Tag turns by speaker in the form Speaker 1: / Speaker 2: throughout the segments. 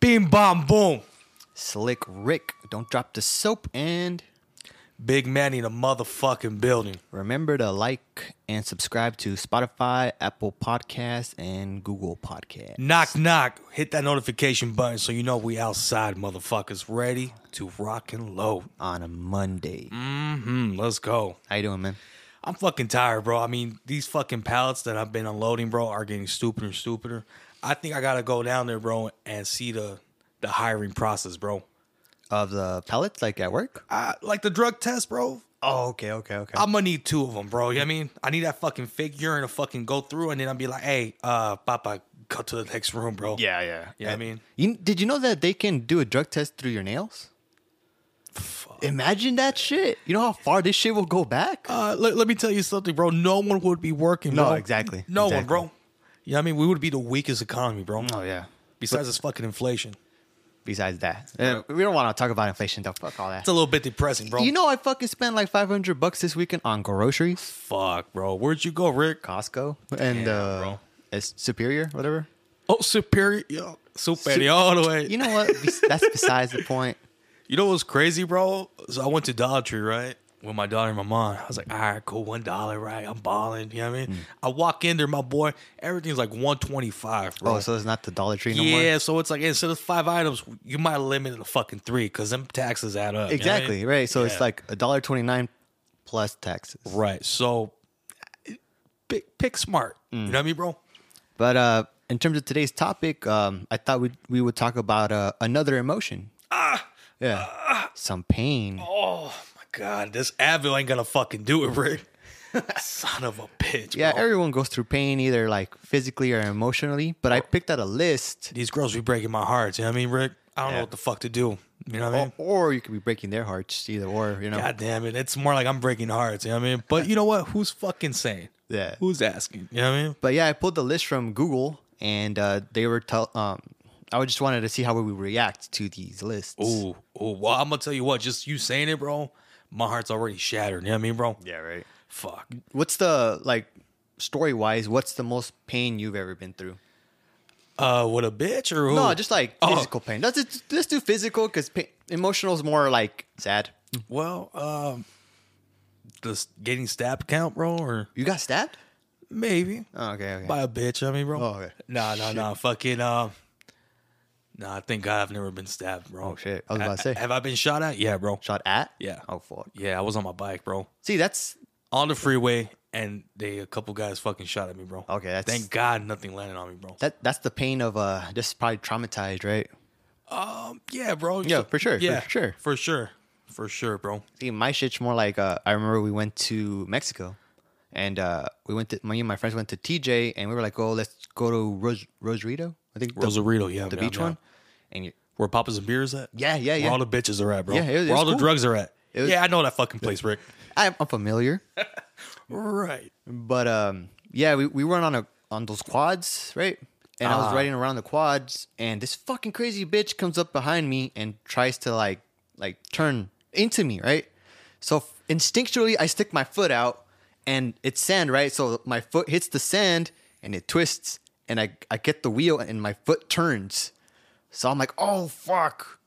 Speaker 1: Beam bomb boom.
Speaker 2: Slick Rick, don't drop the soap, and
Speaker 1: Big Manny in a motherfucking building.
Speaker 2: remember to like and subscribe to Spotify, Apple Podcasts, and Google Podcasts.
Speaker 1: Knock knock. Hit that notification button so you know we outside, motherfuckers. Ready to rock and load.
Speaker 2: On a Monday,
Speaker 1: Mm, let's go.
Speaker 2: how you doing, man?
Speaker 1: I'm fucking tired, bro. I mean, these fucking pallets that I've been unloading, bro, are getting stupider and stupider. I think I gotta go down there, bro, and see the the hiring process, bro.
Speaker 2: Of the pellets, like at work?
Speaker 1: I, like the drug test, bro.
Speaker 2: Oh, okay, okay, okay.
Speaker 1: I'm gonna need two of them, bro. You know what I mean? I need that fucking fake urine to fucking go through, and then I'll be like, hey, uh, Papa, go to the next room, bro.
Speaker 2: yeah, yeah,
Speaker 1: You know what I mean?
Speaker 2: You, did you know that they can do a drug test through your nails? Imagine that shit. You know how far this shit will go back?
Speaker 1: Uh, let, let me tell you something, bro. No one would be working,
Speaker 2: No,
Speaker 1: bro.
Speaker 2: exactly.
Speaker 1: No one,
Speaker 2: Exactly.
Speaker 1: bro. You know what I mean? We would be the weakest economy, bro.
Speaker 2: Oh,
Speaker 1: Besides this fucking inflation.
Speaker 2: Besides that, Uh, we don't want to talk about inflation. Though. Fuck all that.
Speaker 1: It's a little bit depressing, bro.
Speaker 2: You know, I fucking spent like 500 bucks this weekend on groceries,
Speaker 1: Fuck, bro. Where'd you go, Rick?
Speaker 2: Costco, and
Speaker 1: Damn,
Speaker 2: uh,
Speaker 1: bro.
Speaker 2: it's Superior, whatever.
Speaker 1: Oh, superior. Yo, superior all the way.
Speaker 2: You know what? Bes- That's besides the point.
Speaker 1: You know what's crazy, bro? So I went to Dollar Tree, right? With my daughter and my mom. I was like, all right, cool, one dollar, right? I'm balling. You know what I mean?
Speaker 2: Mm.
Speaker 1: I walk in there, my boy, everything's like 125, bro.
Speaker 2: Oh, so it's not the Dollar Tree no more?
Speaker 1: yeah, so it's like instead of five items, you might limit it to fucking three because them taxes add up. you know what I mean?
Speaker 2: Exactly, right. So it's
Speaker 1: Yeah.
Speaker 2: like a dollar twenty nine plus taxes.
Speaker 1: Right. So pick pick smart. You
Speaker 2: Mm.
Speaker 1: know what I mean, bro?
Speaker 2: But uh, in terms of today's topic, um, I thought we we would talk about uh, another emotion. Ah, yeah, some pain.
Speaker 1: Ah! Oh my god, this Advil ain't gonna fucking do it, Rick. Son of a bitch.
Speaker 2: yeah, er-
Speaker 1: bro.
Speaker 2: everyone goes through pain either like physically or emotionally. But
Speaker 1: Oh.
Speaker 2: I picked out a list,
Speaker 1: these girls be breaking my heart. You know what I mean, Rick? I don't know
Speaker 2: Yeah. Oh,
Speaker 1: what the fuck to do. You know what I mean?
Speaker 2: or, or you could be breaking their hearts. Either or, you know.
Speaker 1: God damn it. It's more like I'm breaking hearts. You know what I mean? But you know what? Who's fucking saying?
Speaker 2: Yeah.
Speaker 1: Who's asking? You know what I mean?
Speaker 2: But yeah, I pulled the list from Google, and uh, they were tell. Um, I just wanted to see how we would react to these lists.
Speaker 1: Ooh, ooh. Well, I'm gonna tell you what, just you saying it, bro, my heart's already shattered. You know what I mean, bro?
Speaker 2: Yeah, right.
Speaker 1: Fuck.
Speaker 2: What's the like story wise? What's the most pain you've ever been through?
Speaker 1: Uh with a bitch or who?
Speaker 2: No, just like
Speaker 1: Oh.
Speaker 2: physical pain. Let's just, let's do physical because pa- emotional is more like sad.
Speaker 1: Well, um, does getting stabbed count, bro, or
Speaker 2: You got stabbed?
Speaker 1: maybe
Speaker 2: Oh, okay, okay.
Speaker 1: by a bitch? I mean, bro.
Speaker 2: Oh, okay.
Speaker 1: Nah, nah, nah. Fucking. Um, nah, I think God, I've never been stabbed, bro.
Speaker 2: Oh, shit. I was about to say.
Speaker 1: Have I been shot at? Yeah, bro.
Speaker 2: Shot at?
Speaker 1: Yeah.
Speaker 2: Oh fuck.
Speaker 1: Yeah, I was on my bike, bro,
Speaker 2: See, that's
Speaker 1: on the freeway, and they a couple guys fucking shot at me, bro.
Speaker 2: Okay, that's-
Speaker 1: Thank God nothing landed on me, bro.
Speaker 2: that that's the pain of uh just probably traumatized, right?
Speaker 1: Um, yeah, bro.
Speaker 2: Yeah, for sure, for
Speaker 1: Yeah,
Speaker 2: sure.
Speaker 1: for sure, for sure, bro.
Speaker 2: See, my shit's more like uh, I remember we went to Mexico, and uh, we went to me and my friends went to TJ, and we were like, oh, let's go to Ros- Rosarito. I think the,
Speaker 1: Rosarito, yeah,
Speaker 2: the
Speaker 1: yeah,
Speaker 2: beach
Speaker 1: yeah.
Speaker 2: one, and you,
Speaker 1: Where Papa's and beers at?
Speaker 2: Yeah, yeah, yeah.
Speaker 1: Where all the bitches are at, bro.
Speaker 2: Yeah, it- it
Speaker 1: Where
Speaker 2: was
Speaker 1: all the
Speaker 2: cool.
Speaker 1: drugs are at.
Speaker 2: It was-
Speaker 1: yeah, I know that fucking place, Rick.
Speaker 2: I'm, I'm familiar.
Speaker 1: Right.
Speaker 2: But um, yeah, we, we went on a on those quads, right? And I was
Speaker 1: Ah.
Speaker 2: riding around the quads, and this fucking crazy bitch comes up behind me and tries to like like turn into me, right? So f- instinctually, I stick my foot out, and it's sand, right? So my foot hits the sand, and it twists, and I I get the wheel, and my foot turns. So I'm like, oh fuck,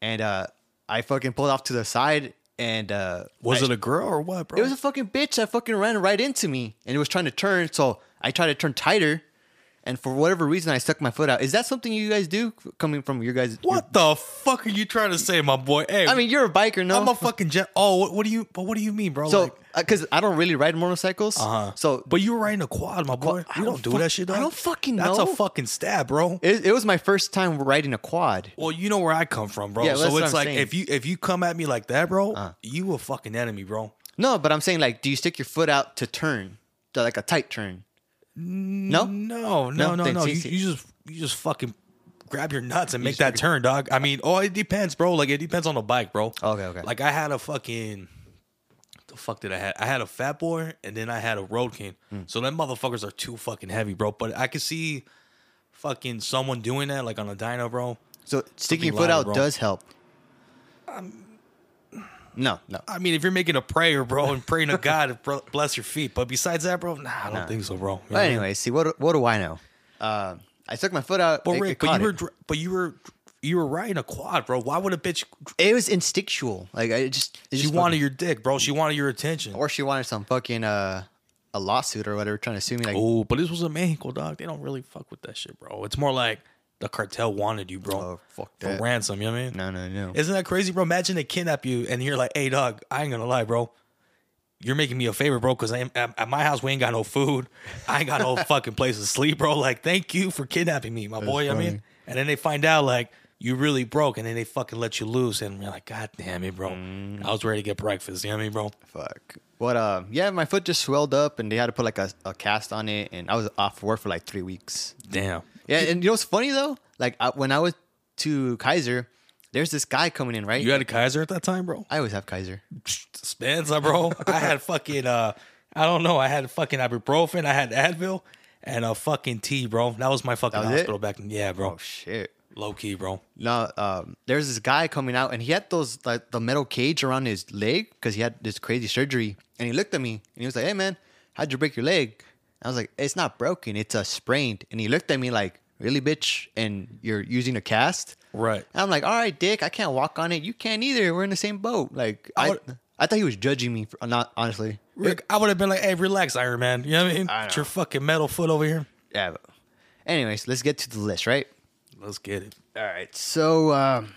Speaker 2: and uh, I fucking pulled off to the side, and uh,
Speaker 1: Was
Speaker 2: I-
Speaker 1: it a girl or what, bro?
Speaker 2: it was a fucking bitch that fucking ran right into me and it was trying to turn. So I tried to turn tighter. And for whatever reason, I stuck my foot out. Is that something you guys do coming from your guys?
Speaker 1: what the fuck are you trying to say, my boy? Hey,
Speaker 2: I mean, you're a biker, no?
Speaker 1: I'm a fucking jet. Oh, what, what do you? But what do you mean, bro?
Speaker 2: so,
Speaker 1: like,
Speaker 2: because I don't really ride motorcycles. Uh-huh. So,
Speaker 1: but you were riding a quad, my boy.
Speaker 2: I
Speaker 1: You
Speaker 2: don't
Speaker 1: don't do
Speaker 2: fuck-
Speaker 1: that shit.
Speaker 2: I
Speaker 1: dog.
Speaker 2: don't fucking
Speaker 1: That's
Speaker 2: know.
Speaker 1: a fucking stab, bro.
Speaker 2: it, it was my first time riding a quad.
Speaker 1: well, you know where I come from, bro.
Speaker 2: Yeah, well, that's
Speaker 1: so
Speaker 2: what
Speaker 1: it's
Speaker 2: I'm
Speaker 1: like
Speaker 2: saying. Uh.
Speaker 1: if you if you come at me like that, bro, you a fucking enemy, bro.
Speaker 2: No, but I'm saying, like, do you stick your foot out to turn, to, like a tight turn?
Speaker 1: Mm,
Speaker 2: No?
Speaker 1: No, no, no,
Speaker 2: then
Speaker 1: no. You,
Speaker 2: see-
Speaker 1: you just you just fucking grab your nuts and make
Speaker 2: just
Speaker 1: that turn,
Speaker 2: fucking-
Speaker 1: dog. I mean, oh, it depends, bro. Like it depends on the bike, bro.
Speaker 2: Okay, okay.
Speaker 1: Like I had a fucking the fuck did I had? I had a fat boy and then I had a road king.
Speaker 2: Hmm.
Speaker 1: So them motherfuckers are too fucking heavy, bro. But I could see fucking someone doing that like on a dyno, bro.
Speaker 2: So, sticking your
Speaker 1: Something
Speaker 2: foot
Speaker 1: lighter,
Speaker 2: out
Speaker 1: bro. Um,
Speaker 2: does help. no, no.
Speaker 1: I mean, if you're making a prayer, bro, and praying to God to bro- bless your feet, but besides that, bro, nah, I don't think so, bro. You know what I
Speaker 2: But
Speaker 1: mean?
Speaker 2: anyway, see, what, do- what do I know? Um I stuck my foot out.
Speaker 1: But
Speaker 2: it- it
Speaker 1: Rick, but
Speaker 2: caught
Speaker 1: you
Speaker 2: it.
Speaker 1: were dr- but you were you were riding a quad, bro. Why would a bitch?
Speaker 2: It was instinctual. Like I just, it
Speaker 1: She
Speaker 2: just
Speaker 1: wanted
Speaker 2: fucking-
Speaker 1: your dick, bro. She wanted your attention.
Speaker 2: or she wanted some fucking uh, a lawsuit or whatever, trying to sue me. Like,
Speaker 1: Oh, but this was a Mexico, dog. They don't really fuck with that shit, bro. It's more like the cartel wanted you, bro,
Speaker 2: oh fuck
Speaker 1: for
Speaker 2: that.
Speaker 1: ransom. You know what I mean?
Speaker 2: No, no, no.
Speaker 1: Isn't that crazy, bro? Imagine they kidnap you and you're like, hey, dog, I ain't gonna lie, bro. You're making me a favor, bro, because at at my house, we ain't got no food. I ain't got no fucking place to sleep, bro. Like, thank you for kidnapping me, my boy. I mean,
Speaker 2: funny.
Speaker 1: and then they find out, like, you really broke, and then they fucking let you loose, and you're like, God damn it, bro.
Speaker 2: Mm.
Speaker 1: I was ready to get breakfast. You know what I mean, bro?
Speaker 2: Fuck. What? Uh, yeah, my foot just swelled up, and they had to put like a, a cast on it, and I was off work for like three weeks.
Speaker 1: Damn.
Speaker 2: Yeah, and you know what's funny though? Like I, when I was to Kaiser, there's this guy coming in, right?
Speaker 1: You had a Kaiser at that time, bro?
Speaker 2: I always have Kaiser.
Speaker 1: Spenza, bro. I had fucking uh I don't know, I had fucking ibuprofen, I had Advil and a fucking tea, bro. That was my fucking
Speaker 2: That was it?
Speaker 1: hospital back then. Yeah, bro.
Speaker 2: Oh shit.
Speaker 1: Low key, bro.
Speaker 2: No, um, there's this guy coming out, and he had those like the metal cage around his leg because he had this crazy surgery. And he looked at me, and he was like, "Hey, man, how'd you break your leg?" I was like, "It's not broken, it's uh, sprained." And he looked at me like, "Really, bitch?" And you're using a cast,
Speaker 1: Right.
Speaker 2: And I'm like, "All right, Dick, I can't walk on it. You can't either. We're in the same boat." Like,
Speaker 1: I
Speaker 2: I, I,
Speaker 1: would-
Speaker 2: thought he was judging me. For, not honestly.
Speaker 1: Rick, I would have been like, hey, relax, Iron Man. You know what I mean?
Speaker 2: I
Speaker 1: Get
Speaker 2: know.
Speaker 1: your fucking metal foot over here.
Speaker 2: Yeah. but- Anyways, let's get to the list, right?
Speaker 1: Let's get it.
Speaker 2: All right. So um,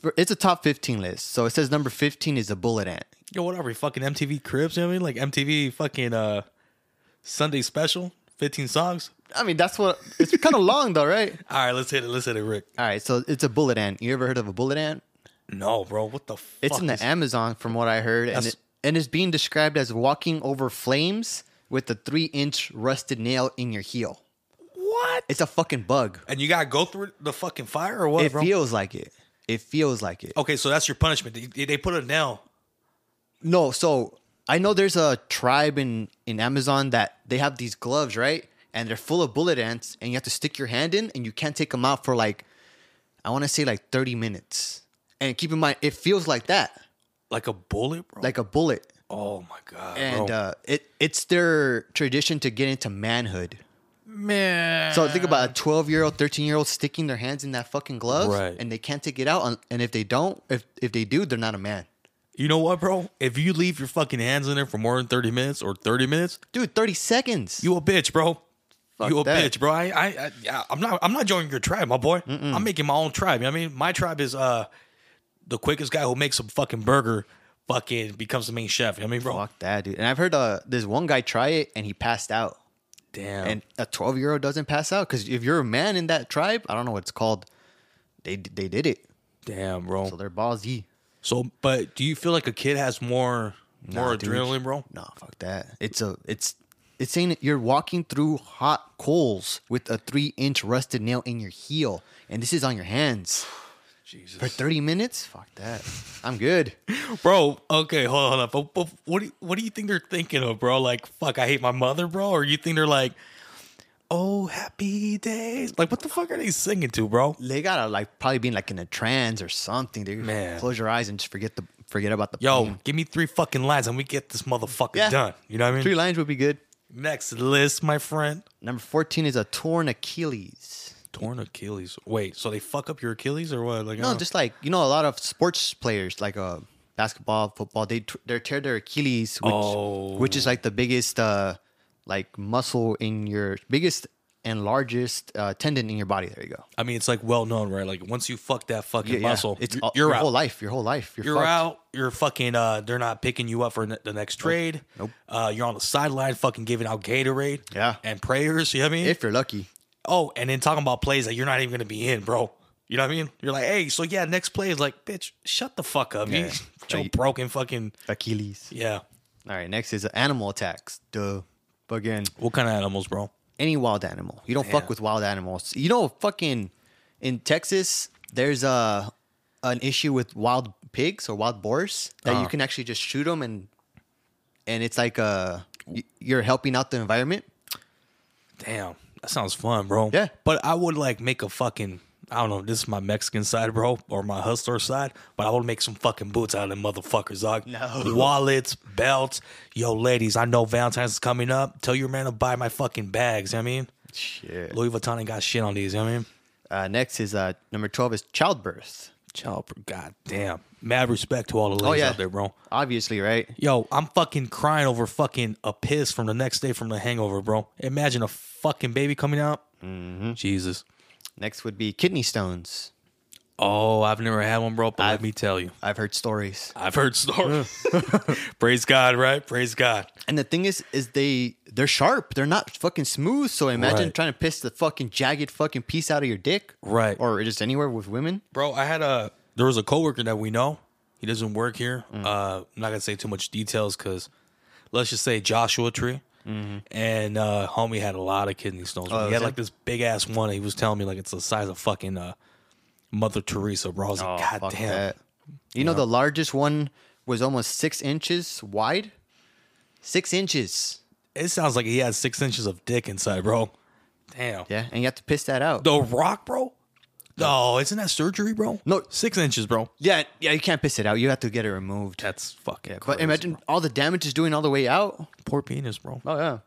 Speaker 2: for- it's a top 15 list. So it says number 15 is a bullet ant.
Speaker 1: Yo, what are we fucking MTV Cribs? You know what I mean? Like MTV fucking uh Sunday special, 15 songs.
Speaker 2: I mean, that's what it's kind of long though, right?
Speaker 1: All right, let's hit it. Let's hit it, Rick.
Speaker 2: All right. So it's a bullet ant. You ever heard of a bullet ant?
Speaker 1: No, bro. What the fuck?
Speaker 2: It's in the
Speaker 1: is-
Speaker 2: Amazon, from what I heard, and
Speaker 1: That's-
Speaker 2: it, and it's being described as walking over flames with a three inch rusted nail in your heel.
Speaker 1: What?
Speaker 2: It's a fucking bug.
Speaker 1: And you gotta go through the fucking fire or what,
Speaker 2: It
Speaker 1: bro?
Speaker 2: feels like it. It feels like it.
Speaker 1: okay, so that's your punishment. They, they put a nail
Speaker 2: No, so I know there's a tribe in in Amazon that they have these gloves, right? And they're full of bullet ants, and you have to stick your hand in, and you can't take them out for like, I want to say like 30 minutes. And keep in mind, it feels like that,
Speaker 1: like a bullet, bro.
Speaker 2: like a bullet.
Speaker 1: oh my god,
Speaker 2: And
Speaker 1: bro.
Speaker 2: uh, it it's their tradition to get into manhood.
Speaker 1: man.
Speaker 2: So think about a 12 year old, 13 year old sticking their hands in that fucking glove,
Speaker 1: Right.
Speaker 2: and they can't take it out. And- And if they don't, if if they do, they're not a man.
Speaker 1: you know what, bro? If you leave your fucking hands in there for more than thirty minutes or thirty minutes,
Speaker 2: Dude, 30 seconds.
Speaker 1: you a bitch, bro.
Speaker 2: Fuck
Speaker 1: you a
Speaker 2: that.
Speaker 1: bitch, bro. I, I, I, yeah, I'm not, I'm not joining your tribe, my boy. I'm making my own tribe. You know what I mean, my tribe is uh, the quickest guy who makes a fucking burger, fucking becomes the main chef. You know what I mean, bro?
Speaker 2: Fuck that, dude. And I've heard uh, this one guy try it and he passed out.
Speaker 1: Damn.
Speaker 2: And a 12 year old doesn't pass out because if you're a man in that tribe, I don't know what it's called. They they did it.
Speaker 1: Damn, bro.
Speaker 2: So they're ballsy.
Speaker 1: So, but do you feel like a kid has more, more
Speaker 2: dude.
Speaker 1: adrenaline, bro?
Speaker 2: No, fuck that. It's a it's it's saying that you're walking through hot coals with a three inch rusted nail in your heel, and this is on your hands
Speaker 1: Jesus.
Speaker 2: for 30 minutes. Fuck that. I'm good.
Speaker 1: Bro, okay, hold on. But, but what do you, what do you think they're thinking of, bro? Like, fuck, I hate my mother, bro. Or you think they're like, oh, happy days? Like, what the fuck are they singing to, bro?
Speaker 2: They gotta like probably being like in a trance or something. Dude,
Speaker 1: Man.
Speaker 2: close your eyes and just forget the forget about the
Speaker 1: Yo,
Speaker 2: pain.
Speaker 1: give me three fucking lines and we get this motherfucker
Speaker 2: Hmm. Yeah.
Speaker 1: done. You know what I mean?
Speaker 2: Three lines would be good.
Speaker 1: Next list, my friend.
Speaker 2: Number 14 is a torn Achilles.
Speaker 1: Torn Achilles. Wait, so they fuck up your Achilles or what? Like, I
Speaker 2: No,
Speaker 1: don't-
Speaker 2: just like, you know, a lot of sports players, like uh, basketball, football, they, t- they tear their Achilles, which,
Speaker 1: Oh.
Speaker 2: which is like the biggest uh, like muscle in your biggest and largest uh, tendon in your body. There you go.
Speaker 1: I mean, it's like well known, right? Like, once you fuck that fucking muscle,
Speaker 2: It's
Speaker 1: you're,
Speaker 2: all,
Speaker 1: you're
Speaker 2: your
Speaker 1: out.
Speaker 2: whole life. Your whole life. You're,
Speaker 1: You're
Speaker 2: fucked.
Speaker 1: out. You're fucking. Uh, they're not picking you up for ne- the next trade.
Speaker 2: Nope.
Speaker 1: Uh, you're on the sideline, fucking giving out Gatorade.
Speaker 2: Yeah.
Speaker 1: And prayers. You know what I mean?
Speaker 2: If you're lucky.
Speaker 1: oh, and then talking about plays that you're not even gonna be in, bro. You know what I mean? You're like, hey, so yeah, next play is like, bitch, shut the fuck up. You
Speaker 2: Yeah.
Speaker 1: Joe
Speaker 2: Like-
Speaker 1: broken fucking.
Speaker 2: Achilles.
Speaker 1: Yeah.
Speaker 2: All right. Next is animal attacks. Duh. But again,
Speaker 1: What kind of animals, bro?
Speaker 2: any wild animal. You don't
Speaker 1: Yeah.
Speaker 2: fuck with wild animals. You know, fucking in Texas, there's a an issue with wild pigs or wild boars that
Speaker 1: Uh-huh.
Speaker 2: you can actually just shoot them and and it's like uh y- you're helping out the environment.
Speaker 1: Damn, that sounds fun, bro.
Speaker 2: Yeah.
Speaker 1: But I would like make a fucking. I don't know. This is my Mexican side, bro, or my hustler side. But I would make some fucking boots out of them motherfuckers, dog.
Speaker 2: No.
Speaker 1: Wallets, belts. Yo, ladies, I know Valentine's is coming up. Tell your man to buy my fucking bags. You know what I mean,
Speaker 2: Shit.
Speaker 1: Louis Vuitton ain't got shit on these. You know what I mean,
Speaker 2: Uh, next is uh, number 12 is childbirth.
Speaker 1: Child, god damn. Mad respect to all the ladies
Speaker 2: Oh, yeah.
Speaker 1: out there, bro.
Speaker 2: Obviously, right?
Speaker 1: Yo, I'm fucking crying over fucking a piss from the next day from the hangover, bro. Imagine a fucking baby coming out.
Speaker 2: Mm-hmm.
Speaker 1: Jesus.
Speaker 2: Next would be kidney stones.
Speaker 1: Oh, I've never had one, bro. But let me tell you,
Speaker 2: I've heard stories.
Speaker 1: I've heard stories. Praise God, right? Praise God.
Speaker 2: And the thing is, is they they're sharp. They're not fucking smooth. So imagine
Speaker 1: Right.
Speaker 2: trying to piss the fucking jagged fucking piece out of your dick,
Speaker 1: Right.
Speaker 2: Or just anywhere with women.
Speaker 1: bro i had a there was a coworker that we know he doesn't work here
Speaker 2: Mm.
Speaker 1: uh i'm not gonna say too much details because let's just say joshua tree
Speaker 2: Mm-hmm.
Speaker 1: and uh homie had a lot of kidney stones
Speaker 2: that
Speaker 1: he
Speaker 2: was
Speaker 1: had
Speaker 2: it?
Speaker 1: like this big ass one he was telling me like it's the size of fucking uh mother teresa bro i was like god
Speaker 2: Oh, fuck
Speaker 1: damn
Speaker 2: that. You know, the largest one was almost six inches wide. Six inches.
Speaker 1: it sounds like he had six inches of dick inside bro damn
Speaker 2: Yeah, and you have to piss that out.
Speaker 1: the rock bro no isn't that surgery bro
Speaker 2: No.
Speaker 1: six inches bro
Speaker 2: Yeah, yeah, you can't piss it out. You have to get it removed.
Speaker 1: that's fucking yeah,
Speaker 2: But imagine all the damage is doing all the way out.
Speaker 1: poor penis bro
Speaker 2: Oh yeah.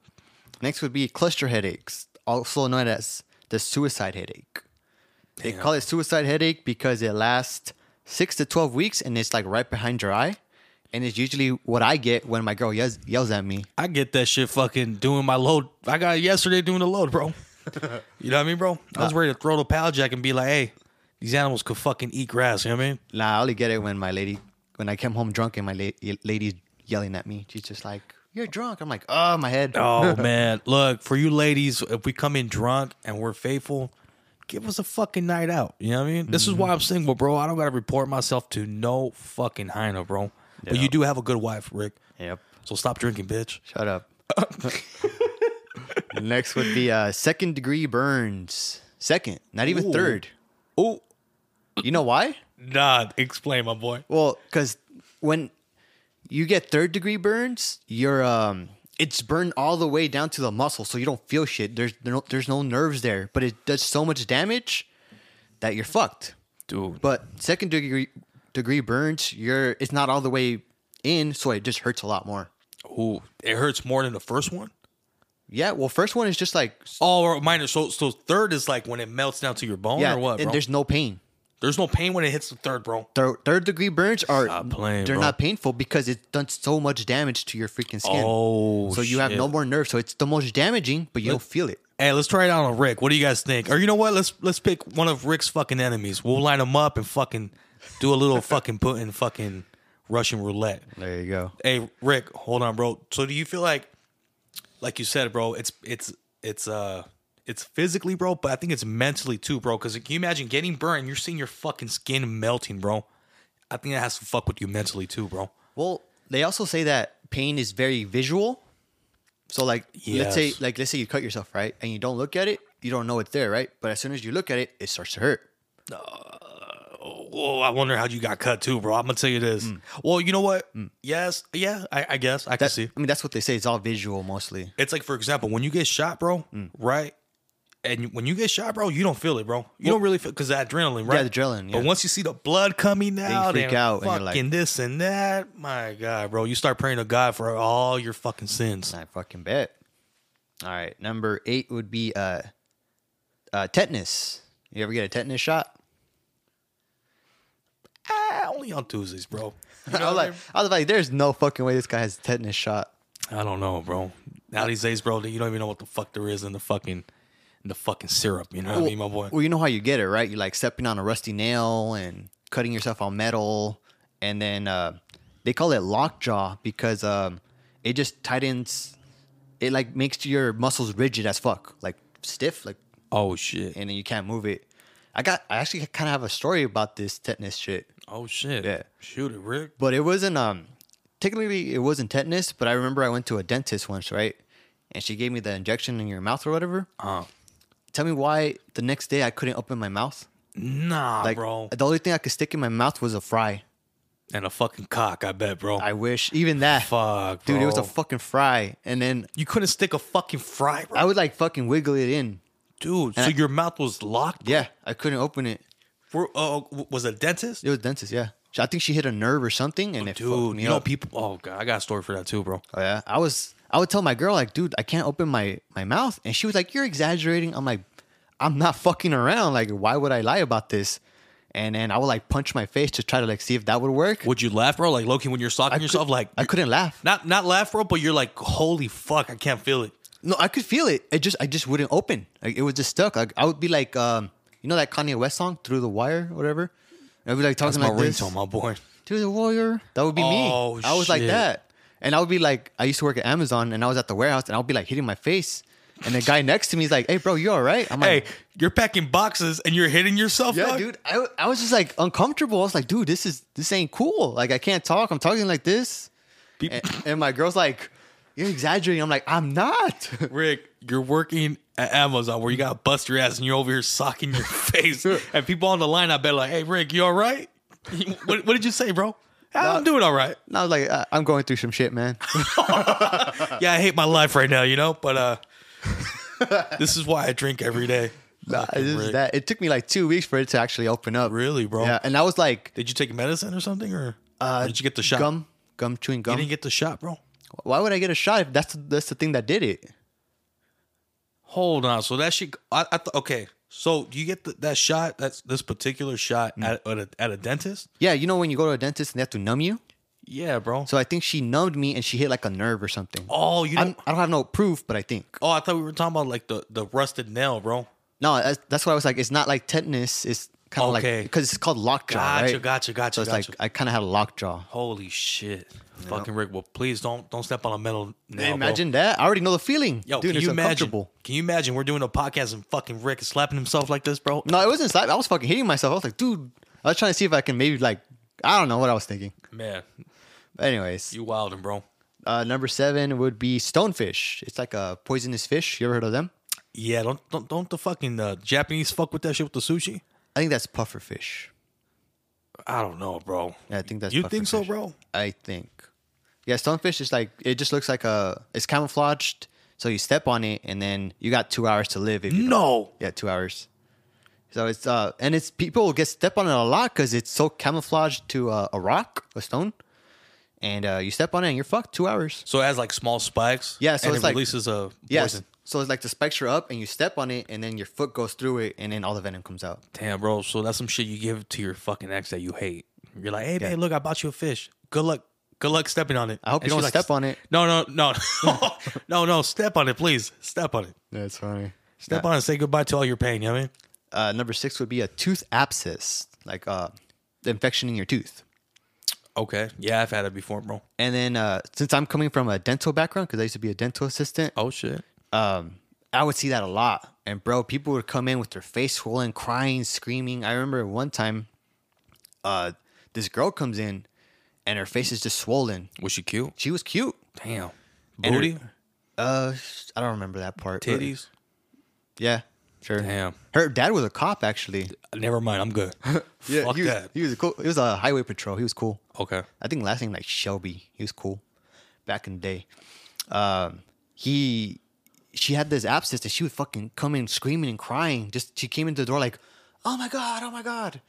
Speaker 2: Next would be cluster headaches, also known as the suicide headache. They
Speaker 1: Damn.
Speaker 2: call it suicide headache because it lasts six to twelve weeks, and it's like right behind your eye, and it's usually what I get when my girl yells, yells at me.
Speaker 1: I get that shit fucking doing my load. I got it yesterday doing the load, bro. you know what I mean, bro? I was ready to throw the pallet jack and be like, hey, these animals could fucking eat grass. You know what I mean?
Speaker 2: Nah, I only get it when my lady, when I come home drunk and my la- lady's yelling at me. She's just like, "You're drunk." I'm like, "Oh, my head."
Speaker 1: Oh, man. Look, for you ladies, if we come in drunk and we're faithful, give us a fucking night out. You know what I mean? This is
Speaker 2: Mm-hmm.
Speaker 1: why I'm single, bro. I don't got to report myself to no fucking hyena, bro. But you
Speaker 2: Yep.
Speaker 1: do have a good wife, Rick.
Speaker 2: Yep.
Speaker 1: So stop drinking, bitch.
Speaker 2: Shut up. Next would be uh, second degree burns. Second, not even
Speaker 1: Ooh.
Speaker 2: third.
Speaker 1: Oh,
Speaker 2: You know why?
Speaker 1: nah. Explain, my boy.
Speaker 2: Well, because when you get third degree burns, you're um, it's burned all the way down to the muscle, so you don't feel shit. There's there no, there's no nerves there, but it does so much damage that you're fucked.
Speaker 1: Dude.
Speaker 2: But second degree degree burns, you're it's not all the way in, so it just hurts a lot more.
Speaker 1: Ooh, it hurts more than the first one?
Speaker 2: Yeah. Well, first one is just like
Speaker 1: Oh, or minor. So, so third is like when it melts down to your bone,
Speaker 2: yeah,
Speaker 1: or what?
Speaker 2: and
Speaker 1: Bro? There's,
Speaker 2: there's no pain.
Speaker 1: no pain when it hits the third, bro.
Speaker 2: Third, third degree burns are
Speaker 1: Stop playing,
Speaker 2: they're
Speaker 1: bro.
Speaker 2: not painful because it's done so much damage to your freaking skin.
Speaker 1: Oh,
Speaker 2: so you have no
Speaker 1: shit.
Speaker 2: more nerve. So it's the most damaging, but you don't feel it.
Speaker 1: Hey, let's try it out on Rick. What do you guys think? Or you know what? Let's let's pick one of Rick's fucking enemies. We'll line them up and fucking do a little fucking Putin fucking Russian roulette.
Speaker 2: There you go.
Speaker 1: Hey, Rick, hold on, bro. So do you feel like, like you said, bro? It's it's it's uh. It's physically, bro, but I think it's mentally too, bro. Because can you imagine getting burned? You're seeing your fucking skin melting, bro. I think that has to fuck with you mentally too, bro.
Speaker 2: Well, they also say that pain is very visual. So like let's say
Speaker 1: Yes.
Speaker 2: like let's say you cut yourself right and you don't look at it, you don't know it's there, right? But as soon as you look at it, it starts to hurt.
Speaker 1: Whoa, I wonder how you got cut too, bro. I'm gonna tell you this. Mm. Well, you know what? Yes, yeah, I, I guess I can
Speaker 2: That,
Speaker 1: see.
Speaker 2: I mean that's what they say. It's all visual mostly.
Speaker 1: It's like for example, when you get shot, bro,
Speaker 2: Mm.
Speaker 1: right? And you- when you get shot, bro, you don't feel it, bro. You don't really feel because that adrenaline, right?
Speaker 2: the adrenaline,
Speaker 1: But
Speaker 2: yeah.
Speaker 1: once you see the blood coming out,
Speaker 2: freak
Speaker 1: and
Speaker 2: out and
Speaker 1: fucking
Speaker 2: you're like-
Speaker 1: this and that, my God, bro, you start praying to God for all your fucking sins.
Speaker 2: I fucking bet. All right, number eight would be uh, uh tetanus. You ever get a tetanus shot?
Speaker 1: Ah, only on Tuesdays, bro. You know what
Speaker 2: I was
Speaker 1: I
Speaker 2: like, I was like, there's no fucking way this guy has a tetanus shot.
Speaker 1: I don't know, bro. Now these days, bro, you don't even know what the fuck there is in the fucking in the fucking syrup. You know what I mean, my boy?
Speaker 2: Well, you know how you get it, right? You're like stepping on a rusty nail and cutting yourself on metal, and then uh, they call it lockjaw because um, it just tightens. It like makes your muscles rigid as fuck, like stiff, like,
Speaker 1: Oh shit.
Speaker 2: and then you can't move it. I got, I actually kind of have a story about this tetanus shit.
Speaker 1: Oh shit.
Speaker 2: Yeah.
Speaker 1: Shoot it, Rick.
Speaker 2: But it wasn't um technically it wasn't tetanus, but I remember I went to a dentist once, right? And she gave me the injection in your mouth or whatever.
Speaker 1: Uh.
Speaker 2: Tell me why the next day I couldn't open my mouth.
Speaker 1: Nah,
Speaker 2: Like
Speaker 1: bro.
Speaker 2: the only thing I could stick in my mouth was a fry.
Speaker 1: And a fucking cock, I bet, bro.
Speaker 2: I wish even that.
Speaker 1: Fuck,
Speaker 2: Dude, it was a
Speaker 1: bro.
Speaker 2: fucking fry. And then
Speaker 1: you couldn't stick a fucking fry, bro.
Speaker 2: I would like fucking wiggle it in.
Speaker 1: Dude, so
Speaker 2: I-
Speaker 1: your mouth was locked?
Speaker 2: Yeah, I couldn't open it.
Speaker 1: For, uh, was a dentist?
Speaker 2: It was dentist, yeah. So I think she hit a nerve or something and it fucked
Speaker 1: Dude,
Speaker 2: me
Speaker 1: you know
Speaker 2: up.
Speaker 1: people. Oh god, I got a story for that too, bro.
Speaker 2: Oh yeah, I was. I would tell my girl like, dude, I can't open my my mouth, and she was like, "You're exaggerating." I'm like, I'm not fucking around. Like, why would I lie about this? And then I would like punch my face to try to like see if that would work.
Speaker 1: Would you laugh, bro? Like Loki, when you're stalking
Speaker 2: I
Speaker 1: yourself,
Speaker 2: could-
Speaker 1: like
Speaker 2: I couldn't laugh.
Speaker 1: not not laugh, bro, but you're like, holy fuck, I can't feel it.
Speaker 2: No, I could feel it. It just I just wouldn't open. Like, it was just stuck. Like I would be like, um, you know that Kanye West song "Through the Wire" or whatever. I'd be like
Speaker 1: That's
Speaker 2: talking
Speaker 1: my
Speaker 2: like this.
Speaker 1: ringtone, my boy.
Speaker 2: to the warrior. That would be
Speaker 1: Oh,
Speaker 2: me. I was like
Speaker 1: shit.
Speaker 2: that. And I would be like, I used to work at Amazon and I was at the warehouse and I would be like hitting my face. And the guy next to me is like, hey, bro, you all right? I'm
Speaker 1: Hey,
Speaker 2: like,
Speaker 1: you're packing boxes and you're hitting yourself.
Speaker 2: yeah,
Speaker 1: dog?
Speaker 2: dude. I, I was just like uncomfortable. I was like, dude, this is, this ain't cool. Like, I can't talk. I'm talking like this.
Speaker 1: Peop-
Speaker 2: And, and my girl's like, you're exaggerating. I'm like, I'm not.
Speaker 1: Rick, you're working at Amazon where you gotta bust your ass and you're over here socking your face. and people on the line, I bet like, hey Rick, you all right? what, what did you say, bro? "Ah, I'm doing all right.
Speaker 2: And I was like, I, I'm going through some shit, man.
Speaker 1: Yeah, I hate my life right now, you know, but uh this is why I drink every day.
Speaker 2: Nah,
Speaker 1: Fucking
Speaker 2: this is
Speaker 1: Rick.
Speaker 2: that. It took me like two weeks for it to actually open up.
Speaker 1: Really, bro?
Speaker 2: Yeah. And I was like,
Speaker 1: Did you take medicine or something or, or did you get the shot?
Speaker 2: gum, gum, chewing
Speaker 1: You
Speaker 2: gum.
Speaker 1: didn't get the shot, bro.
Speaker 2: Why would I get a shot if that's, that's the thing that did it?
Speaker 1: Hold on. So that shit I, I th- okay. So do you get the, that shot, that's this particular shot
Speaker 2: Mm.
Speaker 1: at, at, a, at a dentist?
Speaker 2: Yeah, you know when you go to a dentist and they have to numb you.
Speaker 1: Yeah, bro.
Speaker 2: So I think she numbed me and she hit like a nerve or something.
Speaker 1: oh, you
Speaker 2: I'm,
Speaker 1: don't,
Speaker 2: I don't have no proof, but I think
Speaker 1: Oh, I thought we were talking about like the, the rusted nail, bro.
Speaker 2: no. That's, that's why I was like, it's not like tetanus. It's kind of
Speaker 1: Okay.
Speaker 2: like because it's called lockjaw,
Speaker 1: Gotcha,
Speaker 2: right?
Speaker 1: gotcha, gotcha,
Speaker 2: So it's
Speaker 1: gotcha.
Speaker 2: like I kind of had a lockjaw.
Speaker 1: Holy shit. Fucking Rick. Well, please don't don't step on a metal nail. bro.
Speaker 2: imagine that. I already know the feeling.
Speaker 1: Yo,
Speaker 2: Dude,
Speaker 1: can
Speaker 2: it's
Speaker 1: you imagine?
Speaker 2: uncomfortable.
Speaker 1: Can you imagine we're doing a podcast and fucking Rick is slapping himself like this, bro?
Speaker 2: No, it wasn't slap. I was fucking hitting myself. I was like, dude, I was trying to see if I can maybe like I don't know what I was thinking.
Speaker 1: Man,
Speaker 2: But anyways,
Speaker 1: you wildin', bro.
Speaker 2: uh, number seven would be stonefish. It's like a poisonous fish. You ever heard of them?
Speaker 1: Yeah, don't don't don't the fucking uh, Japanese fuck with that shit with the sushi.
Speaker 2: I think that's pufferfish.
Speaker 1: I don't know, bro.
Speaker 2: Yeah, I think that's
Speaker 1: you
Speaker 2: puffer
Speaker 1: think so,
Speaker 2: fish.
Speaker 1: bro?
Speaker 2: I think. Yeah, stonefish is like it just looks like a it's camouflaged, so you step on it and then you got two hours to live. If you don't-
Speaker 1: No.
Speaker 2: yeah, two hours. So it's uh and it's people get step on it a lot because it's so camouflaged to uh, a rock, a stone, and uh, you step on it and you're fucked two hours.
Speaker 1: So it has like small spikes.
Speaker 2: Yeah, so
Speaker 1: and
Speaker 2: it's
Speaker 1: it
Speaker 2: like-
Speaker 1: releases a
Speaker 2: Yes.
Speaker 1: poison.
Speaker 2: So it's like the spikes are up and you step on it and then your foot goes through it and then all the venom comes out.
Speaker 1: Damn, bro. So that's some shit you give to your fucking ex that you hate. You're like, hey, man, look, I bought you a fish. Good luck. Good luck stepping on it.
Speaker 2: I hope you
Speaker 1: And
Speaker 2: don't
Speaker 1: she's
Speaker 2: step on it.
Speaker 1: No, no, no. no, no. Step on it, please. Step on it.
Speaker 2: That's funny.
Speaker 1: Step on it. Say goodbye to all your pain. You know what I mean?
Speaker 2: Uh, number six would be a tooth abscess, like uh, the infection in your tooth.
Speaker 1: Okay. Yeah, I've had it before, bro.
Speaker 2: And then uh, since I'm coming from a dental background, because I used to be a dental assistant,
Speaker 1: Oh, shit.
Speaker 2: um, I would see that a lot. And bro, people would come in with their face swollen, crying, screaming. I remember one time, uh, this girl comes in, and her face is just swollen.
Speaker 1: Was she cute?
Speaker 2: She was cute.
Speaker 1: Damn.
Speaker 2: And her-
Speaker 1: Booty?
Speaker 2: Uh, I don't remember that part. but-
Speaker 1: Titties?
Speaker 2: Yeah, sure.
Speaker 1: Damn.
Speaker 2: Her dad was a cop, actually.
Speaker 1: Uh, Never mind. I'm good. Fuck
Speaker 2: he was,
Speaker 1: that.
Speaker 2: He was a cool. He was a highway patrol. He was cool.
Speaker 1: Okay.
Speaker 2: I think last name like Shelby. He was cool back in the day. Um, he she had this abscess that she would fucking come in screaming and crying. Just she came into the door like, oh my god, oh my god,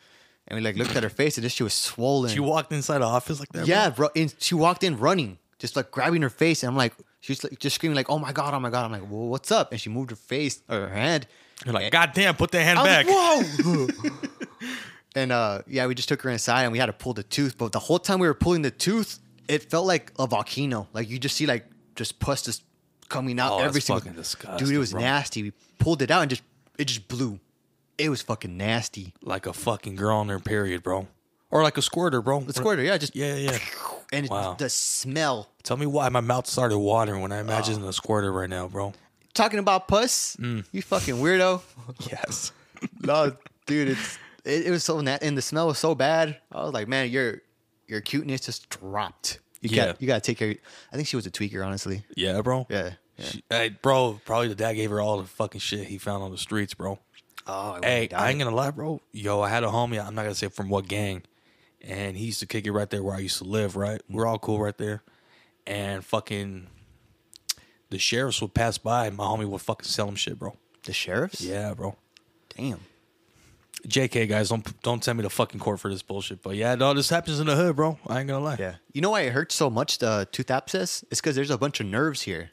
Speaker 2: and we like looked at her face and just she was swollen.
Speaker 1: You walked inside the office like that?
Speaker 2: yeah, bro. And she walked in running, just like grabbing her face, and I'm like, she's like just screaming like, oh my god, oh my god. I'm like, well, what's up? And she moved her face or her hand.
Speaker 1: Bro? You're like, God damn, put that hand
Speaker 2: I was
Speaker 1: back.
Speaker 2: like, whoa. and uh, yeah, we just took her inside and we had to pull the tooth. But the whole time we were pulling the tooth, it felt like a volcano. Like you just see like just pus just coming out
Speaker 1: Oh,
Speaker 2: every
Speaker 1: that's
Speaker 2: single.
Speaker 1: fucking
Speaker 2: Dude,
Speaker 1: disgusting,
Speaker 2: it was
Speaker 1: bro.
Speaker 2: nasty. We pulled it out and just it just blew. It was fucking nasty.
Speaker 1: like a fucking girl on her period, bro. Or like a squirter, bro.
Speaker 2: The squirter, yeah, just
Speaker 1: Yeah, yeah.
Speaker 2: and it,
Speaker 1: Wow.
Speaker 2: the smell.
Speaker 1: Tell me why my mouth started watering when I imagine the squirter right now, bro.
Speaker 2: Talking about pus,
Speaker 1: Mm.
Speaker 2: you fucking weirdo.
Speaker 1: Yes.
Speaker 2: no, dude, it's it, it was so nasty, and the smell was so bad. I was like, man, your your cuteness just dropped. You
Speaker 1: Yeah.
Speaker 2: got you got to take care. Of, I think she was a tweaker, honestly.
Speaker 1: Yeah, bro.
Speaker 2: Yeah.
Speaker 1: She- hey, bro, probably the dad gave her all the fucking shit he found on the streets, bro.
Speaker 2: Oh,
Speaker 1: Hey, I ain't gonna lie, bro. Yo, I had a homie. I'm not gonna say from what gang, and he used to kick it right there where I used to live. Right,
Speaker 2: Mm-hmm.
Speaker 1: we're all cool right there. And fucking, the sheriffs would pass by, and my homie would fucking sell him shit, bro.
Speaker 2: the sheriffs.
Speaker 1: Yeah, bro.
Speaker 2: Damn.
Speaker 1: Jk, guys, don't don't send me to fucking court for this bullshit. But yeah, no, this happens in the hood, bro. I ain't gonna lie.
Speaker 2: Yeah. You know why it hurts so much the tooth abscess? It's because there's a bunch of nerves here.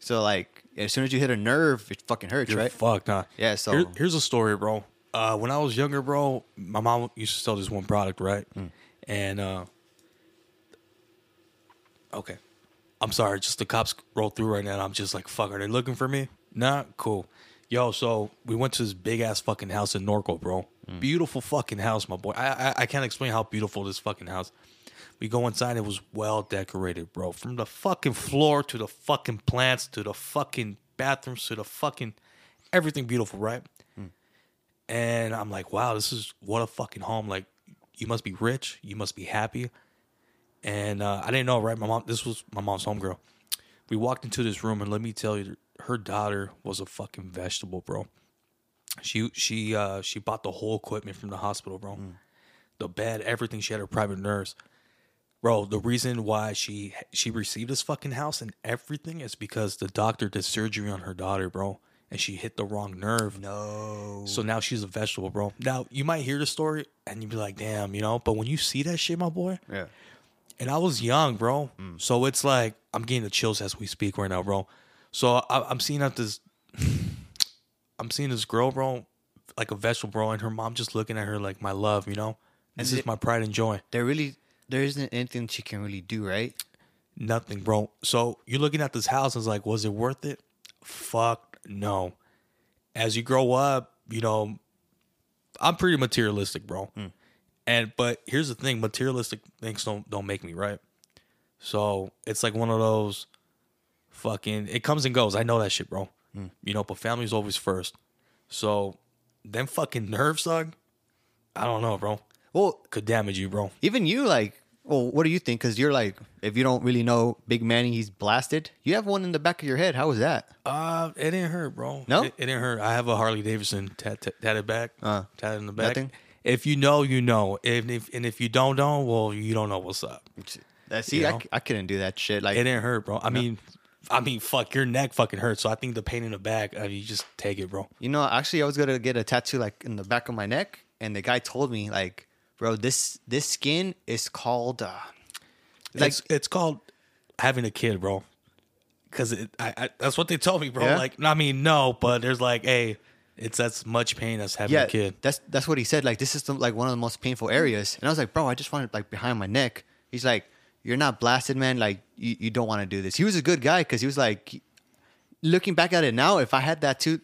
Speaker 2: So like As soon as you hit a nerve, it fucking hurts,
Speaker 1: You're
Speaker 2: right?
Speaker 1: fucked, huh?
Speaker 2: Yeah, so-
Speaker 1: Here- here's a story, bro. Uh, when I was younger, bro, my mom used to sell this one product, right?
Speaker 2: Mm.
Speaker 1: And uh, okay, I'm sorry. Just the cops roll through right now. and I'm just like, fuck. Are they looking for me? Nah, cool. Yo, so we went to this big ass fucking house in Norco, bro. Beautiful fucking house, my boy. I, I I can't explain how beautiful this fucking house. We go inside. It was well decorated, bro. From the fucking floor to the fucking plants to the fucking bathrooms to the fucking everything beautiful, right? And I'm like, wow, this is what a fucking home. Like, you must be rich. You must be happy. And uh, I didn't know, right? My mom, this was my mom's homegirl. We walked into this room, and let me tell you, her daughter was a fucking vegetable, bro. She she uh, she bought the whole equipment from the hospital, bro. The bed, everything. She had her private nurse, bro. The reason why she she received this fucking house and everything is because the doctor did surgery on her daughter, bro, and she hit the wrong nerve.
Speaker 2: No.
Speaker 1: So now she's a vegetable, bro. Now you might hear the story and you'd be like, damn, you know, but when you see that shit, my boy,
Speaker 2: Yeah.
Speaker 1: and I was young, bro. So it's like I'm getting the chills as we speak right now, bro. So I, I'm seeing out this, I'm seeing this girl, bro, like a vegetable, bro, and her mom just looking at her like my love, you know. This is my pride and joy.
Speaker 2: There really, there isn't anything she can really do, right?
Speaker 1: Nothing, bro. So you're looking at this house and it's like, was it worth it? Fuck no. As you grow up, you know, I'm pretty materialistic, bro. And but here's the thing, materialistic things don't don't make me right. So it's like one of those fucking it comes and goes. I know that shit, bro. You know, but family's always first. So them fucking nerves, dog. I don't know, bro.
Speaker 2: Well,
Speaker 1: Could damage you, bro.
Speaker 2: even you, like, well, what do you think? Because you're like, if you don't really know Big Manny, he's blasted. You have one in the back of your head. How was that?
Speaker 1: Uh, it didn't hurt, bro.
Speaker 2: No?
Speaker 1: it, it didn't hurt. I have a Harley Davidson tat, tat, tatted back,
Speaker 2: Uh,
Speaker 1: tatted in the back.
Speaker 2: nothing?
Speaker 1: If you know, you know. If, if and if you don't know, well, you don't know what's up.
Speaker 2: Uh, See,
Speaker 1: You
Speaker 2: I,
Speaker 1: know?
Speaker 2: c- I couldn't do that shit. Like,
Speaker 1: It didn't hurt, bro. I mean, I mean, fuck, your neck fucking hurts. So I think the pain in the back, uh, you just take it, bro.
Speaker 2: You know, actually, I was gonna get a tattoo like in the back of my neck, and the guy told me like, bro, this this skin is called. Uh, Like-
Speaker 1: it's, it's called having a kid, bro. Because I, I, that's what they told me, bro.
Speaker 2: Yeah?
Speaker 1: Like, I mean, no, but there's like, hey, it's as much pain as having
Speaker 2: yeah,
Speaker 1: a kid.
Speaker 2: that's that's what he said. Like, this is the, like one of the most painful areas, and I was like, bro, I just want it like behind my neck. He's like, you're not blasted, man. Like, you, you don't want to do this. He was a good guy because he was like, looking back at it now, if I had that too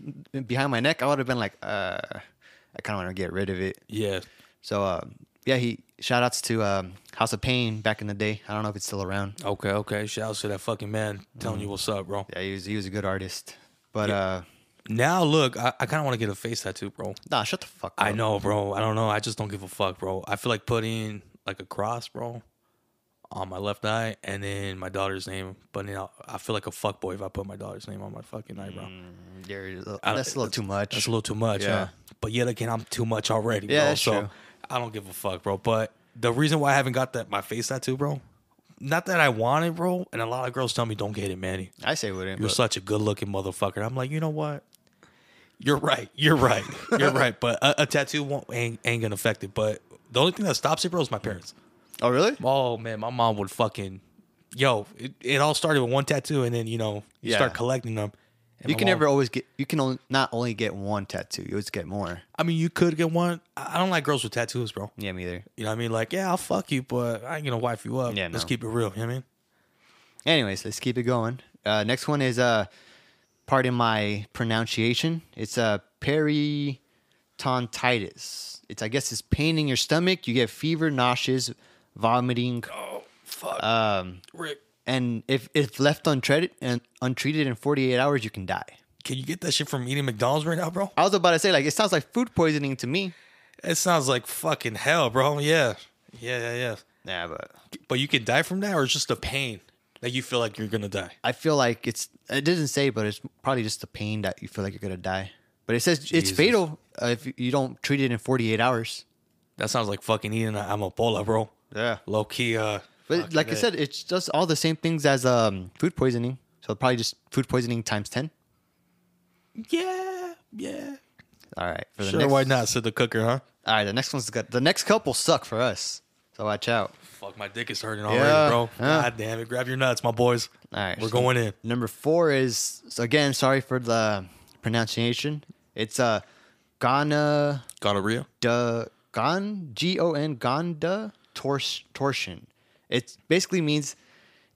Speaker 2: behind my neck, I would have been like, uh, I kind of want to get rid of it.
Speaker 1: Yeah,
Speaker 2: So, um, yeah, he shout outs to um, House of Pain back in the day. I don't know if it's still around.
Speaker 1: Okay, okay. Shout out to that fucking man telling you what's up, bro.
Speaker 2: Yeah, he was he was a good artist. But uh
Speaker 1: Now look, I, I kind of want to get a face tattoo, bro.
Speaker 2: nah, shut the fuck up.
Speaker 1: I know, bro. I don't know. I just don't give a fuck, bro. I feel like putting like a cross, bro, on my left eye, and then my daughter's name. But now I feel like a fuck boy if I put my daughter's name on my fucking eyebrow.
Speaker 2: You're a little-
Speaker 1: I-
Speaker 2: that's a little too much.
Speaker 1: That's a little too much.
Speaker 2: Mm, Yeah.
Speaker 1: huh? But yet again, I'm too much already.
Speaker 2: Yeah,
Speaker 1: bro.
Speaker 2: that's
Speaker 1: so
Speaker 2: true.
Speaker 1: I don't give a fuck, bro. But the reason why I haven't got that my face tattoo, bro, not that I want it, bro. And a lot of girls tell me, "Don't get it, Manny."
Speaker 2: I say wouldn't.
Speaker 1: You're
Speaker 2: but-
Speaker 1: such a good looking motherfucker. I'm like, you know what? You're right. You're right. You're right. But a, a tattoo won't ain't, ain't gonna affect it. But the only thing that stops it, bro, is my parents.
Speaker 2: oh really?
Speaker 1: Oh man, my mom would fucking yo. It, it all started with one tattoo, and then you know you
Speaker 2: Yeah.
Speaker 1: start collecting them. And
Speaker 2: You
Speaker 1: my
Speaker 2: can
Speaker 1: mom-
Speaker 2: never always get. You can only, not only get one tattoo. You always get more.
Speaker 1: I mean, you could get one. I I don't like girls with tattoos, bro.
Speaker 2: Yeah, me either.
Speaker 1: You know what I mean? Like, yeah, I'll fuck you, but I ain't gonna wife you up.
Speaker 2: Yeah,
Speaker 1: Let's
Speaker 2: no.
Speaker 1: keep it real. You know what I mean?
Speaker 2: Anyways, let's keep it going. Uh, next one is uh, pardon my pronunciation. It's uh, peritontitis. It's I guess it's pain in your stomach. You get fever, nauseous, vomiting.
Speaker 1: Oh fuck,
Speaker 2: Um,
Speaker 1: Rick.
Speaker 2: and if if left untreated and untreated in 48 hours, you can die.
Speaker 1: Can you get that shit from eating McDonald's right now, bro?
Speaker 2: I was about to say, like, it sounds like food poisoning to me.
Speaker 1: It sounds like fucking hell, bro. Yeah, yeah, yeah, yeah.
Speaker 2: Yeah, but
Speaker 1: But you can die from that, or it's just the pain that you feel like you're gonna die.
Speaker 2: I feel like it's, it doesn't say, but it's probably just the pain that you feel like you're going to die. But it says it's
Speaker 1: Jesus.
Speaker 2: fatal uh, if you- you don't treat it in 48 hours.
Speaker 1: That sounds like fucking eating an amapola, bro.
Speaker 2: Yeah.
Speaker 1: Low key. Uh,
Speaker 2: But
Speaker 1: fucking
Speaker 2: like I
Speaker 1: A.
Speaker 2: said, it's just all the same things as um, food poisoning. So probably just food poisoning times 10.
Speaker 1: yeah, yeah.
Speaker 2: All right. For the
Speaker 1: Sure,
Speaker 2: next,
Speaker 1: why not? Said the cooker, huh?
Speaker 2: All right. The next one's got, the next couple suck for us. So So watch out.
Speaker 1: Fuck, my dick is hurting already,
Speaker 2: Yeah,
Speaker 1: bro.
Speaker 2: yeah.
Speaker 1: God damn it. Grab your nuts, my boys.
Speaker 2: All right,
Speaker 1: We're
Speaker 2: so-
Speaker 1: going in.
Speaker 2: Number four is so again. Sorry for the pronunciation. It's uh, Ghana
Speaker 1: Gonorrhea?
Speaker 2: da gon g o n gonda tors- torsion. It basically means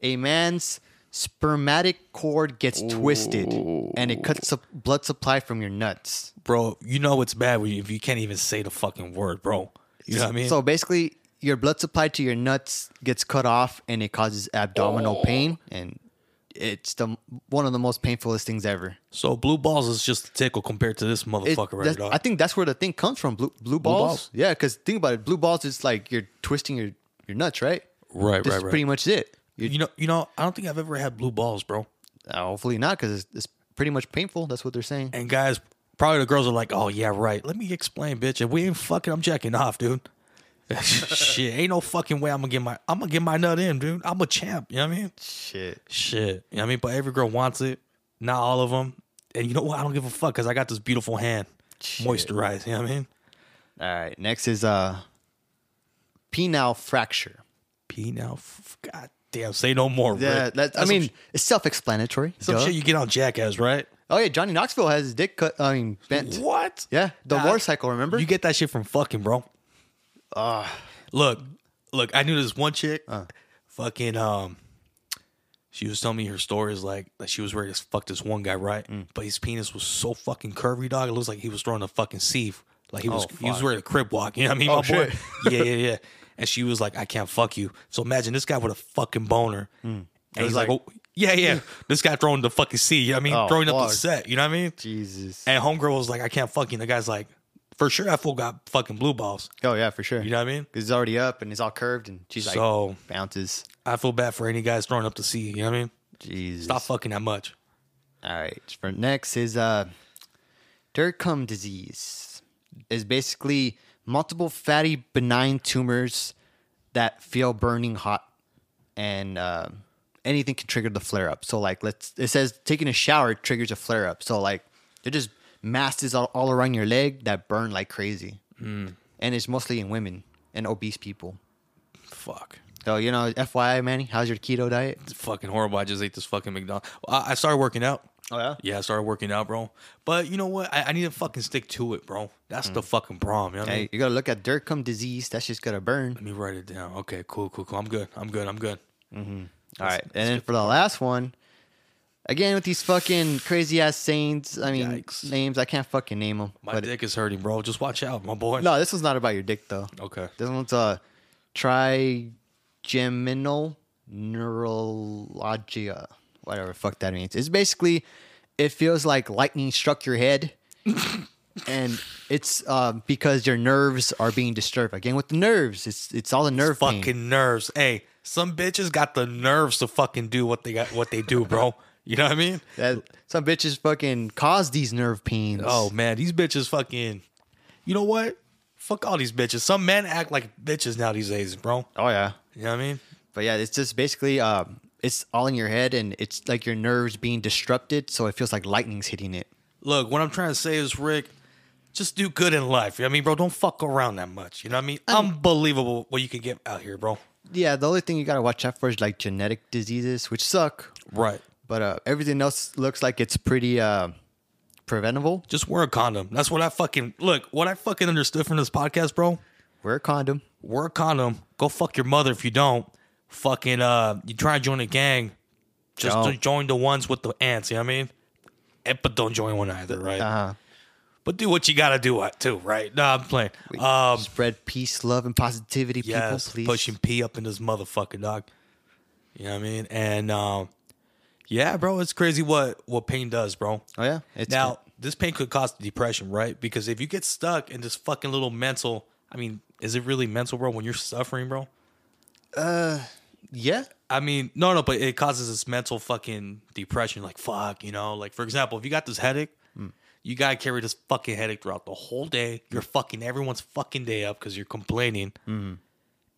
Speaker 2: a man's spermatic cord gets twisted and it cuts the blood supply from your nuts.
Speaker 1: Bro, you know it's bad when you, if you can't even say the fucking word, bro. You know what I mean?
Speaker 2: So basically, your blood supply to your nuts gets cut off and it causes abdominal
Speaker 1: Oh.
Speaker 2: pain and it's the one of the most painfulest things ever.
Speaker 1: So blue balls is just a tickle compared to this
Speaker 2: It-
Speaker 1: motherfucker right
Speaker 2: that's-
Speaker 1: dog.
Speaker 2: I think that's where the thing comes from. Blue, blue, balls?
Speaker 1: balls.
Speaker 2: Yeah, because think about it. Blue balls is like you're twisting your, your nuts, right?
Speaker 1: Right,
Speaker 2: This
Speaker 1: right,
Speaker 2: is
Speaker 1: right.
Speaker 2: pretty much it. You-
Speaker 1: you know, you know, I don't think I've ever had blue balls, bro.
Speaker 2: uh, hopefully not, because it's, it's pretty much painful. That's what they're saying.
Speaker 1: And guys, probably the girls are like, "Oh yeah, right." Let me explain, bitch. If we ain't fucking, I'm jacking off, dude. Shit, ain't no fucking way I'm gonna get my I'm gonna get my nut in, dude. I'm a champ. You know what I mean?
Speaker 2: Shit.
Speaker 1: Shit. You know what I mean? But every girl wants it. Not all of them. And you know what? I don't give a fuck because I got this beautiful hand
Speaker 2: Shit.
Speaker 1: moisturized. You know what I mean?
Speaker 2: All right. Next is uh, penile fracture.
Speaker 1: P now. F- God damn. Say no more.
Speaker 2: Yeah,
Speaker 1: Rick.
Speaker 2: that, I
Speaker 1: That's some
Speaker 2: mean,
Speaker 1: sh-
Speaker 2: it's self-explanatory.
Speaker 1: some,
Speaker 2: duh.
Speaker 1: shit you get on Jackass, right?
Speaker 2: oh yeah, Johnny Knoxville has his dick cut. I mean, bent.
Speaker 1: What?
Speaker 2: Yeah, the
Speaker 1: Nah,
Speaker 2: motorcycle. Remember? Ah.
Speaker 1: You get that shit from fucking, bro. look, look. I knew this one chick.
Speaker 2: Uh.
Speaker 1: Fucking, um, she was telling me her stories like that. She was ready to fuck this one guy, right?
Speaker 2: Mm.
Speaker 1: But his penis was so fucking curvy, dog. It looks like he was throwing a fucking sieve. Like he was,
Speaker 2: Oh,
Speaker 1: he was
Speaker 2: fuck. Oh,
Speaker 1: ready to crib walk. You know what I mean, my boy?
Speaker 2: shit.
Speaker 1: yeah, yeah, yeah. And she was like, "I can't fuck you." So imagine this guy with a fucking boner, and
Speaker 2: Mm. was
Speaker 1: he's like,
Speaker 2: like-
Speaker 1: oh, "Yeah, yeah." this guy throwing the fucking sieve. You know what I mean?
Speaker 2: Oh,
Speaker 1: throwing up
Speaker 2: fuck.
Speaker 1: the set. You know what I mean?
Speaker 2: Jesus.
Speaker 1: And homegirl was like, I can't fucking. The guy's like, for sure, that fool got fucking blue balls.
Speaker 2: oh yeah, for sure.
Speaker 1: You know what I mean?
Speaker 2: 'Cause it's already up and it's all curved, and she's like
Speaker 1: So-
Speaker 2: bounces.
Speaker 1: I feel bad for any guys throwing up the sea. You know what I mean?
Speaker 2: Jesus.
Speaker 1: Stop fucking that much.
Speaker 2: All right. For next is uh, Durkheim disease. Is basically multiple fatty benign tumors that feel burning hot, and uh, anything can trigger the flare up. So like, let's it says taking a shower triggers a flare up. So like, they're just masses all, all around your leg that burn like crazy, and it's mostly in women and obese people.
Speaker 1: Fuck.
Speaker 2: So you know, FYI, Manny, how's your keto diet?
Speaker 1: It's fucking horrible. I just ate this fucking McDonald's. I, I started working out.
Speaker 2: Oh yeah.
Speaker 1: Yeah, I started working out, bro. But you know what? I, I need to fucking stick to it, bro. That's the fucking problem. You know what I mean?
Speaker 2: Hey, you gotta look at Durkheim disease. That's just gonna burn.
Speaker 1: Let me write it down. Okay, cool, cool, cool. I'm good. I'm good. I'm good.
Speaker 2: All right, and then for the last one, again with these fucking crazy ass sayings. I mean,
Speaker 1: Yikes.
Speaker 2: names I can't fucking name them.
Speaker 1: My
Speaker 2: but
Speaker 1: dick is hurting, bro. Just watch out, my boy.
Speaker 2: no, this one's not about your dick though.
Speaker 1: Okay.
Speaker 2: This one's uh, trigeminal neuralgia, whatever the fuck that means. It's basically, it feels like lightning struck your head, and it's uh, because your nerves are being disturbed. Again with the nerves, it's it's all the nerve pain.
Speaker 1: Fucking nerves. Hey, some bitches got the nerves to fucking do what they got, what they do, bro. You know what I mean?
Speaker 2: That, some bitches fucking cause these nerve pains.
Speaker 1: Oh man, these bitches fucking. You know what? Fuck all these bitches. Some men act like bitches now these days, bro.
Speaker 2: Oh yeah.
Speaker 1: You know what I mean?
Speaker 2: But yeah, it's just basically um, it's all in your head, and it's like your nerves being disrupted, so it feels like lightning's hitting it.
Speaker 1: Look, what I'm trying to say is, Rick, just do good in life. You know what I mean, bro? Don't fuck around that much. You know what I mean? Unbelievable what you can get out here, bro.
Speaker 2: Yeah, the only thing you gotta watch out for is like genetic diseases, which suck.
Speaker 1: Right.
Speaker 2: But uh, everything else looks like it's pretty uh, preventable.
Speaker 1: Just wear a condom. That's what I fucking look. What I fucking understood from this podcast, bro.
Speaker 2: Wear a condom.
Speaker 1: Wear a condom. Go fuck your mother if you don't. Fucking uh, you try and join a gang. Just
Speaker 2: Don't.
Speaker 1: to join the ones with the ants. You know what I mean? Eh, But don't join one either, right?
Speaker 2: Uh,
Speaker 1: But do what you gotta do uh, too, right? Nah, I'm playing. Um,
Speaker 2: spread peace, love, and positivity,
Speaker 1: yes,
Speaker 2: people. Please.
Speaker 1: pushing P up in this motherfucker, dog. You know what I mean? And um, yeah, bro, it's crazy what what pain does, bro.
Speaker 2: Oh yeah. It's
Speaker 1: now this pain could cause depression, right? Because if you get stuck in this fucking little mental, I mean, is it really mental, bro? When you're suffering, bro?
Speaker 2: yeah.
Speaker 1: I mean, no, no, but it causes this mental fucking depression. Like, fuck, you know, like for example, if you got this headache, you gotta carry this fucking headache throughout the whole day. You're fucking everyone's fucking day up because you're complaining, and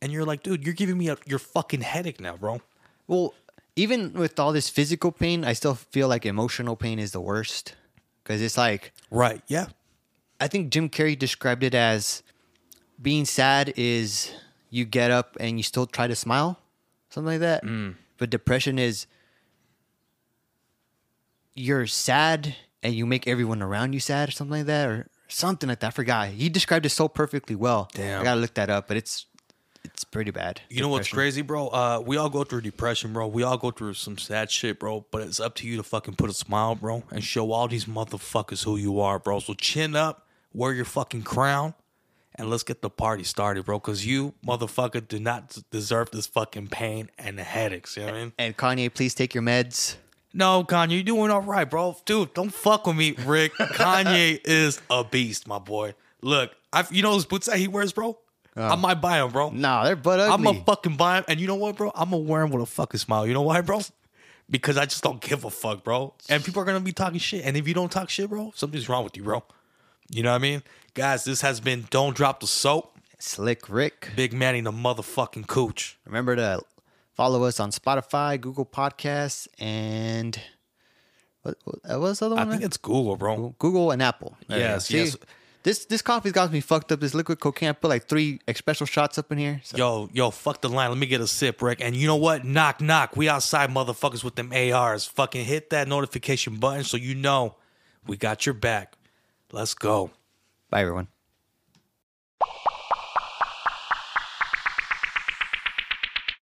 Speaker 1: you're like, dude, you're giving me a, your fucking headache now, bro.
Speaker 2: Well, even with all this physical pain, I still feel like emotional pain is the worst because it's like
Speaker 1: Right? Yeah.
Speaker 2: I think Jim Carrey described it as being sad is you get up and you still try to smile, something like that. But depression is you're sad and you make everyone around you sad or something like that or something like that. I forgot. He described it so perfectly well.
Speaker 1: Damn.
Speaker 2: I gotta look that up, but it's it's pretty bad.
Speaker 1: You know what's
Speaker 2: Depression.
Speaker 1: crazy, bro? Uh, we all go through depression, bro. We all go through some sad shit, bro. But it's up to you to fucking put a smile, bro, and show all these motherfuckers who you are, bro. So chin up, wear your fucking crown, and let's get the party started, bro. Cause you motherfucker do not deserve this fucking pain and the headaches. You know what I mean?
Speaker 2: And Kanye, please take your meds.
Speaker 1: No, Kanye, you're doing all right, bro. Dude, don't fuck with me, Rick. Kanye is a beast, my boy. Look, I you know those boots that he wears, bro. I might buy them, bro.
Speaker 2: Nah, they're butt ugly.
Speaker 1: I'm gonna fucking buy him. And you know what, bro? I'm gonna wear him with a fucking smile. You know why, bro? Because I just don't give a fuck, bro. And people are gonna be talking shit. And if you don't talk shit, bro, something's wrong with you, bro. You know what I mean? Guys, this has been Don't Drop the Soap.
Speaker 2: Slick Rick.
Speaker 1: Big Manny the motherfucking cooch.
Speaker 2: Remember to follow us on Spotify, Google Podcasts, and what, what uh, what was the other
Speaker 1: I
Speaker 2: one?
Speaker 1: think it's Google, bro.
Speaker 2: Google and Apple. There you go.
Speaker 1: Yes,
Speaker 2: See?
Speaker 1: yes.
Speaker 2: This this coffee's got me fucked up. This liquid cocaine. I put like three espresso shots up in here. So
Speaker 1: Yo, yo, fuck the line. Let me get a sip, Rick. And you know what? Knock, knock. We outside, motherfuckers, with them ARs. Fucking hit that notification button so you know we got your back. Let's go.
Speaker 2: bye everyone.